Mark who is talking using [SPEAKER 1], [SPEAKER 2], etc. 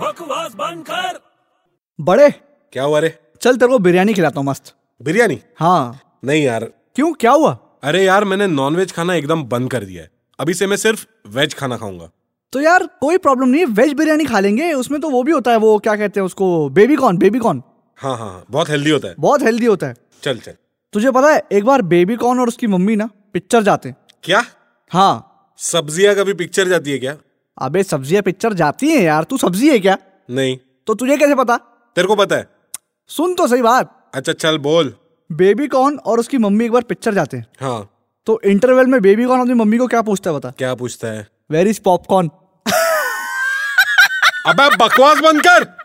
[SPEAKER 1] बकवास बंद कर
[SPEAKER 2] बड़े
[SPEAKER 3] क्या हुआ रे
[SPEAKER 2] चल तेरे को बिरयानी खिलाता हूँ मस्त
[SPEAKER 3] बिरयानी
[SPEAKER 2] हाँ
[SPEAKER 3] नहीं यार
[SPEAKER 2] क्यों क्या हुआ
[SPEAKER 3] अरे यार मैंने नॉनवेज खाना एकदम बंद कर दिया है अभी से मैं सिर्फ वेज खाना खाऊंगा
[SPEAKER 2] तो यार कोई प्रॉब्लम नहीं है वेज बिरयानी खा लेंगे उसमें तो वो भी होता है वो क्या कहते हैं उसको बेबी कॉर्न बेबी कॉर्न
[SPEAKER 3] हाँ हाँ हाँ बहुत हेल्दी होता है
[SPEAKER 2] बहुत हेल्दी होता है
[SPEAKER 3] चल चल
[SPEAKER 2] तुझे पता है एक बार बेबी कॉर्न और उसकी मम्मी ना पिक्चर जाते हैं
[SPEAKER 3] क्या
[SPEAKER 2] हाँ
[SPEAKER 3] सब्जियां कभी पिक्चर जाती है क्या
[SPEAKER 2] अबे सब्जियां पिक्चर जाती हैं यार तू सब्जी है क्या
[SPEAKER 3] नहीं
[SPEAKER 2] तो तुझे कैसे पता
[SPEAKER 3] तेरे को पता है
[SPEAKER 2] सुन तो सही बात
[SPEAKER 3] अच्छा चल बोल
[SPEAKER 2] बेबी कॉर्न और उसकी मम्मी एक बार पिक्चर जाते हैं
[SPEAKER 3] हाँ
[SPEAKER 2] तो इंटरवल में बेबी कॉर्न अपनी मम्मी को क्या पूछता है बता
[SPEAKER 3] क्या पूछता है
[SPEAKER 2] वेर इज पॉपकॉर्न
[SPEAKER 3] अबे बकवास बंद कर